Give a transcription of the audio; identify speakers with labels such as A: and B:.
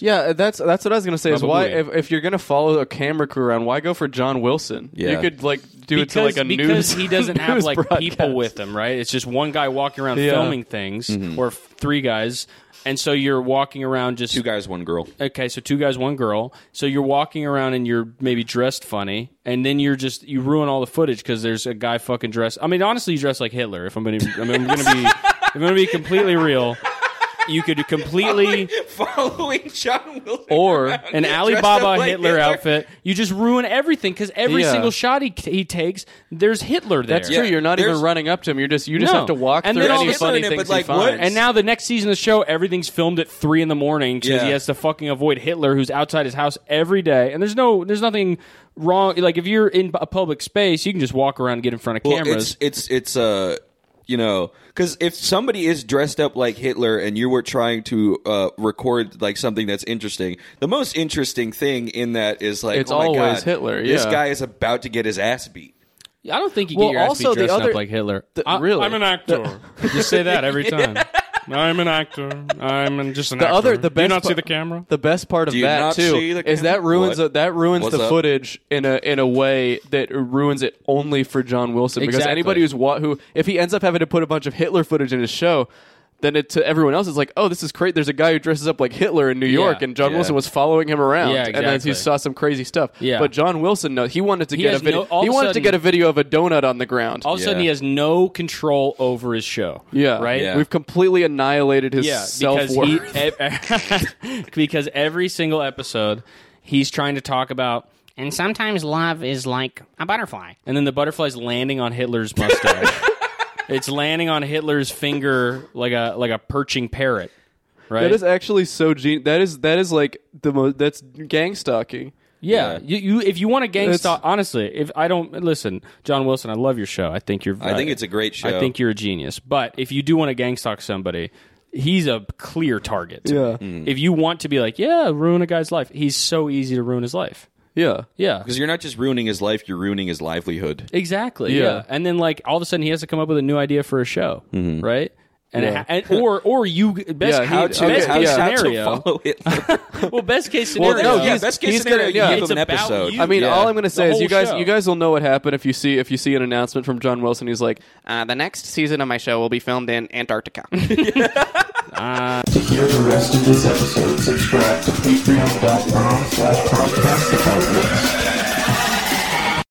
A: Yeah, uh, that's that's what I was gonna say. Is why if,
B: Probably.
A: if you're gonna follow a camera crew around, why go for John Wilson? you
C: Yeah.
A: could like do it
B: because,
A: to like a
B: because
A: news.
B: he doesn't have
A: news
B: like people
A: broadcast.
B: with him, right? It's just one guy walking around
A: Yeah.
B: filming things,
C: Mm-hmm.
B: or f- three guys, and so you're walking around just
C: Two guys, one girl.
B: okay. So two guys, one girl. So you're walking around and you're maybe dressed funny, and then you're just you ruin all the footage because there's a guy fucking dressed. I mean, honestly, you dress like Hitler. If I'm gonna, I mean, I'm gonna be, if I'm gonna be completely real. You could completely
C: Following John Wilson.
B: or
C: around,
B: an
C: dressed
B: Alibaba
C: up like
B: Hitler, outfit. You just ruin everything because every
A: Yeah.
B: single shot he, he takes, there's Hitler there.
A: That's true. You're not even
C: There's-
A: running up to him. You're just you just
B: No.
A: have to walk
B: And
A: through
B: then all
A: any
B: of a sudden
A: funny
C: it-
A: things
C: but, like,
A: he finds.
C: what-
B: And now the next season of the show, everything's filmed at three in the morning because
C: Yeah.
B: he has to fucking avoid Hitler, who's outside his house every day. And there's no, there's nothing wrong. Like if you're in a public space, you can just walk around and get in front of
C: Well,
B: cameras.
C: It's it's it's uh you know because if somebody is dressed up like Hitler and you were trying to uh, record like something that's interesting, the most interesting thing in that is like
A: It's
C: oh my
A: always
C: God,
A: Hitler,
C: This
A: yeah.
C: guy is about to get his ass beat.
B: I don't think you
A: Well,
B: get your ass beat
A: also the
B: dressing
A: other-
B: up like Hitler.
A: the-
B: I,
A: really?
B: I'm an actor. you say that every time. I'm an actor. I'm an, just an
A: the
B: actor.
A: other the
B: Do
A: best
B: you not
A: pa-
B: see the camera?
A: The best part of
C: Do you
A: that
C: not
A: too
C: see the
A: is that
C: camera?
A: ruins
C: What?
A: a, that ruins
C: What's
A: the
C: up?
A: footage in a in a way that ruins it only for John Wilson because
B: Exactly.
A: anybody who's wa- who if he ends up having to put a bunch of Hitler footage in his show. Then it, to everyone else, it's like, oh, this is great. There's a guy who dresses up like Hitler in New York, and John
C: yeah.
A: Wilson was following him around,
B: Yeah,
A: and then he
B: exactly.
A: saw some crazy stuff.
B: Yeah.
A: But John Wilson, no, he wanted to get a
B: has
A: video.
B: no- all
A: he
B: of a
A: wanted to
B: sudden-
A: get a video of a donut on the ground.
B: All of a sudden,
C: Yeah.
B: he has no control over his show.
A: yeah,
B: right.
C: Yeah.
A: We've completely annihilated his
B: Yeah,
A: self
B: because he,
A: worth.
B: ev- because every single episode he's trying to talk about and sometimes love is like a butterfly. And then the butterfly's landing on Hitler's mustache. it's landing on Hitler's finger like a like a perching parrot. Right?
A: That is actually so gen. That is that is like the most. That's gang stalking.
B: yeah.
C: Yeah.
B: You, you if you want a gang
A: That's-
B: stalk honestly, if I don't listen, John Wilson, I love your show. I think you're
C: I think it's a great show.
B: I think you're a genius. But if you do want to gang stalk somebody, he's a clear target. to
A: Yeah.
B: me. If you want to be like, yeah, ruin a guy's life, he's so easy to ruin his life.
A: Yeah,
B: Yeah.
C: because you're not just ruining his life, you're ruining his livelihood.
B: Exactly.
A: Yeah.
B: Yeah. And then like all of a sudden he has to come up with a new idea for a show, right? And, it ha- and or or you best
A: Mm-hmm. Yeah,
B: how
A: how
B: case,
A: to-
B: best
A: okay,
B: case
A: how- how
B: scenario.
C: follow Hitler.
B: well, best case
A: Well,
B: scenario.
A: no,
C: no, yeah,
A: he's-
C: best case
A: he's
C: scenario,
A: gonna- yeah.
C: you
B: It's
C: give him an
B: about
C: episode.
B: you.
A: I mean,
C: Yeah.
A: all I'm gonna say is
B: whole
A: you guys,
B: show.
A: you guys will know what happened if you see if you see an announcement from John Wilson. He's like,
D: Uh, the next season of my show will be filmed in Antarctica.
E: To hear the rest of this episode, subscribe to patreon.com slash podcast